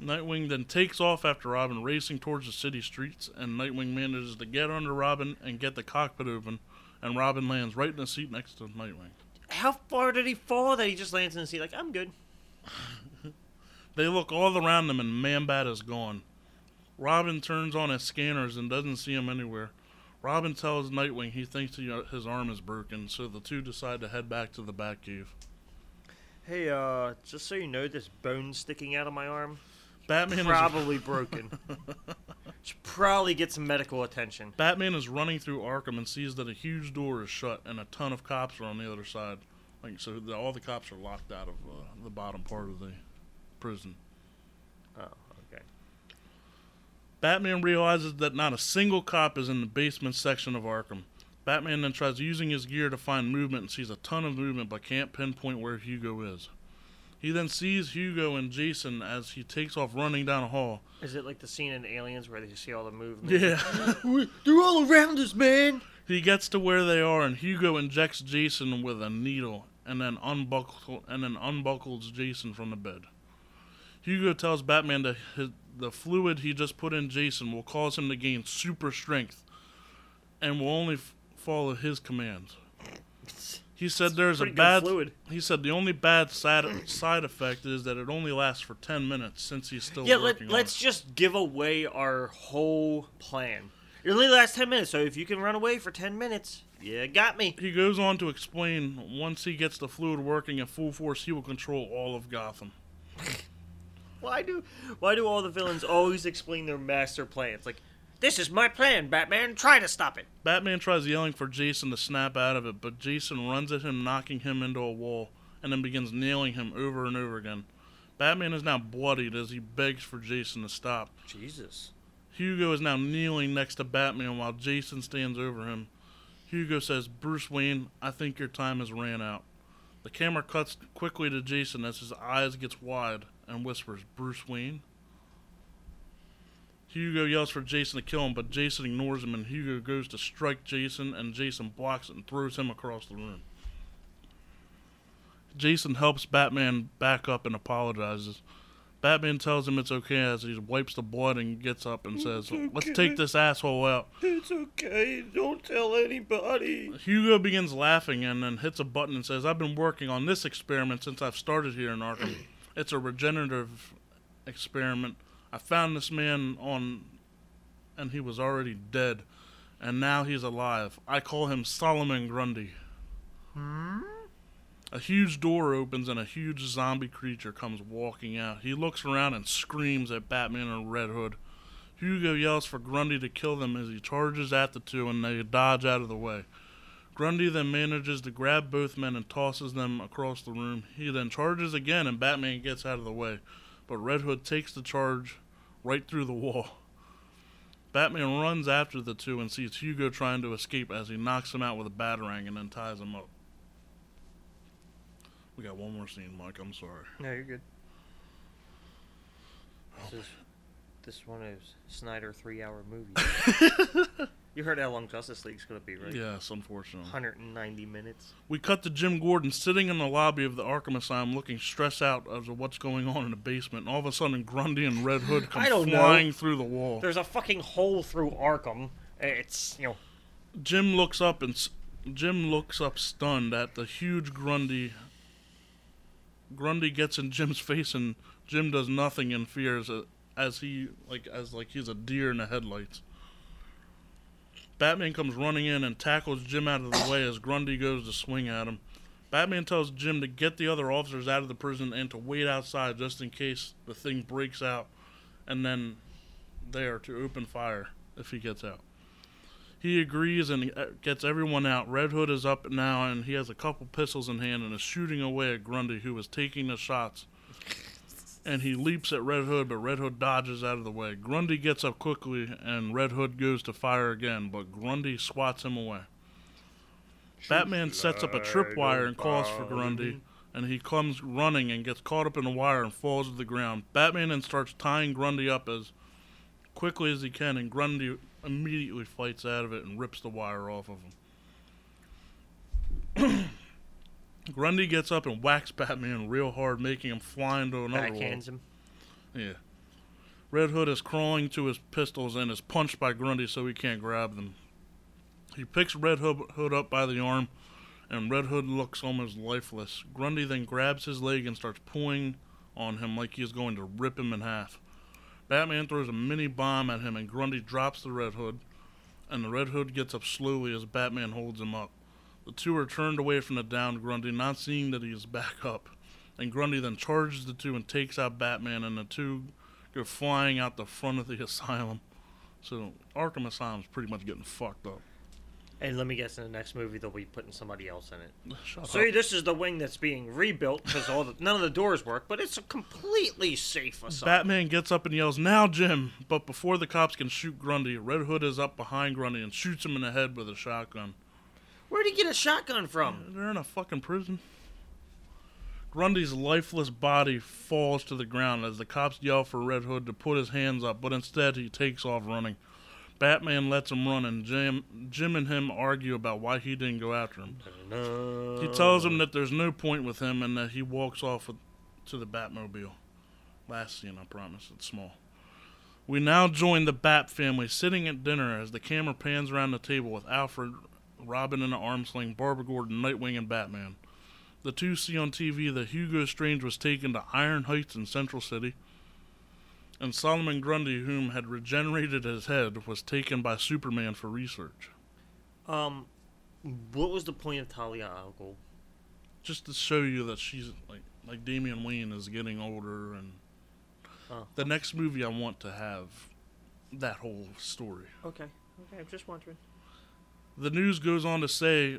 [SPEAKER 2] Nightwing then takes off after Robin, racing towards the city streets, and Nightwing manages to get under Robin and get the cockpit open, and Robin lands right in the seat next to Nightwing.
[SPEAKER 1] How far did he fall that he just lands in the sea like, I'm good?
[SPEAKER 2] They look all around them, and Man Bat is gone. Robin turns on his scanners and doesn't see him anywhere. Robin tells Nightwing he thinks he, uh, his arm is broken, so the two decide to head back to the Batcave.
[SPEAKER 1] Hey, uh, just so you know, this bone sticking out of my arm
[SPEAKER 2] Batman is,
[SPEAKER 1] probably broken. Should probably get some medical attention.
[SPEAKER 2] Batman is running through Arkham and sees that a huge door is shut and a ton of cops are on the other side. Like so, the, all the cops are locked out of uh, the bottom part of the prison.
[SPEAKER 1] Oh, okay.
[SPEAKER 2] Batman realizes that not a single cop is in the basement section of Arkham. Batman then tries using his gear to find movement and sees a ton of movement but can't pinpoint where Hugo is. He then sees Hugo and Jason as he takes off running down a hall.
[SPEAKER 1] Is it like the scene in Aliens where they see all the movement?
[SPEAKER 2] Yeah.
[SPEAKER 1] They're all around us, man!
[SPEAKER 2] He gets to where they are, and Hugo injects Jason with a needle, and then unbuckle and then unbuckles Jason from the bed. Hugo tells Batman that his, the fluid he just put in Jason will cause him to gain super strength, and will only f- follow his commands. He said there's a
[SPEAKER 1] pretty good
[SPEAKER 2] bad.
[SPEAKER 1] fluid.
[SPEAKER 2] He said the only bad side, side effect is that it only lasts for ten minutes since he's still
[SPEAKER 1] Yeah,
[SPEAKER 2] working
[SPEAKER 1] let,
[SPEAKER 2] on it.
[SPEAKER 1] let's just give away our whole plan. It only lasts 10 minutes, so if you can run away for 10 minutes, yeah, got me.
[SPEAKER 2] He goes on to explain once he gets the fluid working at full force, he will control all of Gotham.
[SPEAKER 1] Why do why do all the villains always explain their master plans? Like, this is my plan, Batman. Try to stop it.
[SPEAKER 2] Batman tries yelling for Jason to snap out of it, but Jason runs at him, knocking him into a wall, and then begins nailing him over and over again. Batman is now bloodied as he begs for Jason to stop.
[SPEAKER 1] Jesus.
[SPEAKER 2] Hugo is now kneeling next to Batman while Jason stands over him. Hugo says, Bruce Wayne, I think your time has ran out. The camera cuts quickly to Jason as his eyes gets wide and whispers, Bruce Wayne? Hugo yells for Jason to kill him, but Jason ignores him and Hugo goes to strike Jason and Jason blocks it and throws him across the room. Jason helps Batman back up and apologizes. Batman tells him it's okay as he wipes the blood and gets up and says, Let's take this asshole out.
[SPEAKER 1] It's okay. Don't tell anybody.
[SPEAKER 2] Hugo begins laughing and then hits a button and says, I've been working on this experiment since I've started here in Arkham. It's a regenerative experiment. I found this man on, and he was already dead, and now he's alive. I call him Solomon Grundy. A huge door opens and a huge zombie creature comes walking out. He looks around and screams at Batman and Red Hood. Hugo yells for Grundy to kill them as he charges at the two and they dodge out of the way. Grundy then manages to grab both men and tosses them across the room. He then charges again and Batman gets out of the way, but Red Hood takes the charge right through the wall. Batman runs after the two and sees Hugo trying to escape as he knocks him out with a batarang and then ties him up. We got one more scene, Mike. I'm sorry.
[SPEAKER 1] No, you're good. This is this one is Snyder three hour movie. you heard how long Justice League's gonna be, right?
[SPEAKER 2] Yes, unfortunately.
[SPEAKER 1] 190 minutes.
[SPEAKER 2] We cut to Jim Gordon sitting in the lobby of the Arkham Asylum looking stressed out as to what's going on in the basement. And all of a sudden, Grundy and Red Hood come
[SPEAKER 1] I don't know.
[SPEAKER 2] flying through the wall.
[SPEAKER 1] There's a fucking hole through Arkham. It's you know
[SPEAKER 2] Jim looks up and s- Jim looks up stunned at the huge Grundy. Grundy gets in Jim's face and Jim does nothing and fears a- as he like as like he's a deer in the headlights. Batman comes running in and tackles Jim out of the way as Grundy goes to swing at him. Batman tells Jim to get the other officers out of the prison and to wait outside just in case the thing breaks out and then they are to open fire if he gets out. He agrees and uh, gets everyone out. Red Hood is up now, and he has a couple pistols in hand and is shooting away at Grundy, who is taking the shots. And he leaps at Red Hood, but Red Hood dodges out of the way. Grundy gets up quickly, and Red Hood goes to fire again, but Grundy swats him away. Batman sets up a tripwire and calls for Grundy, and he comes running and gets caught up in a wire and falls to the ground. Batman then starts tying Grundy up as quickly as he can, and Grundy immediately fights out of it and rips the wire off of him. Grundy gets up and whacks Batman real hard, making him fly into another wall.
[SPEAKER 1] backhands him.
[SPEAKER 2] Yeah. Red Hood is crawling to his pistols and is punched by Grundy so he can't grab them. He picks Red Hood Hood up by the arm, and Red Hood looks almost lifeless. Grundy then grabs his leg and starts pulling on him like he is going to rip him in half. Batman throws a mini bomb at him, and Grundy drops the Red Hood. and the Red Hood gets up slowly as Batman holds him up. The two are turned away from the downed Grundy, not seeing that he is back up. And Grundy then charges the two and takes out Batman, and the two go flying out the front of the asylum. So Arkham Asylum's pretty much getting fucked up.
[SPEAKER 1] And let me guess, in the next movie they'll be putting somebody else in it.
[SPEAKER 2] Shut
[SPEAKER 1] See, this is the wing that's being rebuilt because all the, none of the doors work, but it's a completely safe asylum.
[SPEAKER 2] Batman gets up and yells, Now, Jim! But before the cops can shoot Grundy, Red Hood is up behind Grundy and shoots him in the head with a shotgun.
[SPEAKER 1] Where'd he get a shotgun from?
[SPEAKER 2] They're in a fucking prison. Grundy's lifeless body falls to the ground as the cops yell for Red Hood to put his hands up, but instead he takes off running. Batman lets him run, and Jim, Jim and him argue about why he didn't go after him. He
[SPEAKER 1] Uh,
[SPEAKER 2] tells him that there's no point with him and that he walks off with, to the Batmobile. Last scene, I promise, it's small. We now join the Bat family sitting at dinner as the camera pans around the table with Alfred, Robin in an arm sling, Barbara Gordon, Nightwing, and Batman. The two see on TV that Hugo Strange was taken to Iron Heights in Central City, and Solomon Grundy, whom had regenerated his head, was taken by Superman for research.
[SPEAKER 1] Um, what was the point of Talia al Ghul?
[SPEAKER 2] just to show you that she's like like Damian Wayne is getting older and
[SPEAKER 1] Oh.
[SPEAKER 2] the next movie I want to have that whole story.
[SPEAKER 1] Okay, okay, I'm just wondering.
[SPEAKER 2] The news goes on to say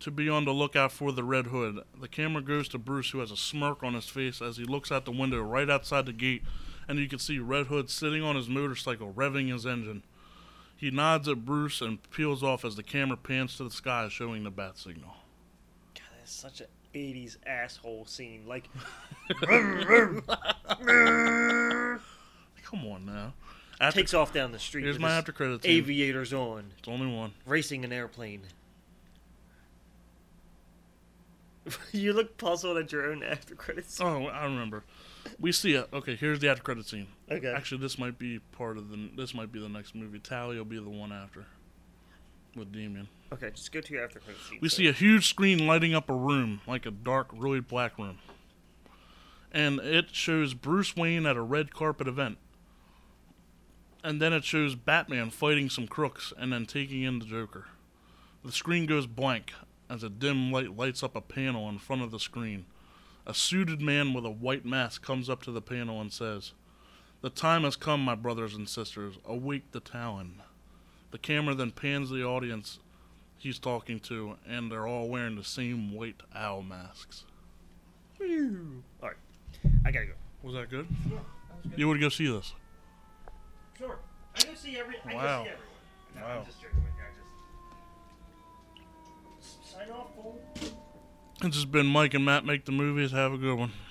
[SPEAKER 2] to be on the lookout for the Red Hood. The camera goes to Bruce who has a smirk on his face as he looks out the window right outside the gate and you can see Red Hood sitting on his motorcycle revving his engine. He nods at Bruce and peels off as the camera pans to the sky showing the bat signal.
[SPEAKER 1] God, that's such an 80s asshole scene. Like,
[SPEAKER 2] Come on now. After,
[SPEAKER 1] takes off down the street.
[SPEAKER 2] here's
[SPEAKER 1] with
[SPEAKER 2] my
[SPEAKER 1] his
[SPEAKER 2] after credits. scene.
[SPEAKER 1] aviators on,
[SPEAKER 2] It's only one.
[SPEAKER 1] racing an airplane. you look puzzled at your own after credits.
[SPEAKER 2] Oh, I remember. We see it. Okay, here's the after credit scene.
[SPEAKER 1] Okay.
[SPEAKER 2] Actually, this might be part of the. This might be the next movie. Tally will be the one after. With Damien.
[SPEAKER 1] Okay, just go to your after credits scene.
[SPEAKER 2] Oh. We
[SPEAKER 1] sir.
[SPEAKER 2] see a huge screen lighting up a room, like a dark, really black room. And it shows Bruce Wayne at a red carpet event. And then it shows Batman fighting some crooks and then taking in the Joker. The screen goes blank as a dim light lights up a panel in front of the screen. A suited man with a white mask comes up to the panel and says, The time has come, my brothers and sisters. Awake the Talon. The camera then pans the audience he's talking to, and they're all wearing the same white owl masks.
[SPEAKER 1] All right, I gotta go.
[SPEAKER 2] Was that good? You would go see this.
[SPEAKER 1] Sure, I go see every. I
[SPEAKER 2] go Wow. see everyone.
[SPEAKER 1] No,
[SPEAKER 2] I'm Wow.
[SPEAKER 1] just joking with you. I just sign off,
[SPEAKER 2] It's just been Mike and Matt make the movies. Have a good one.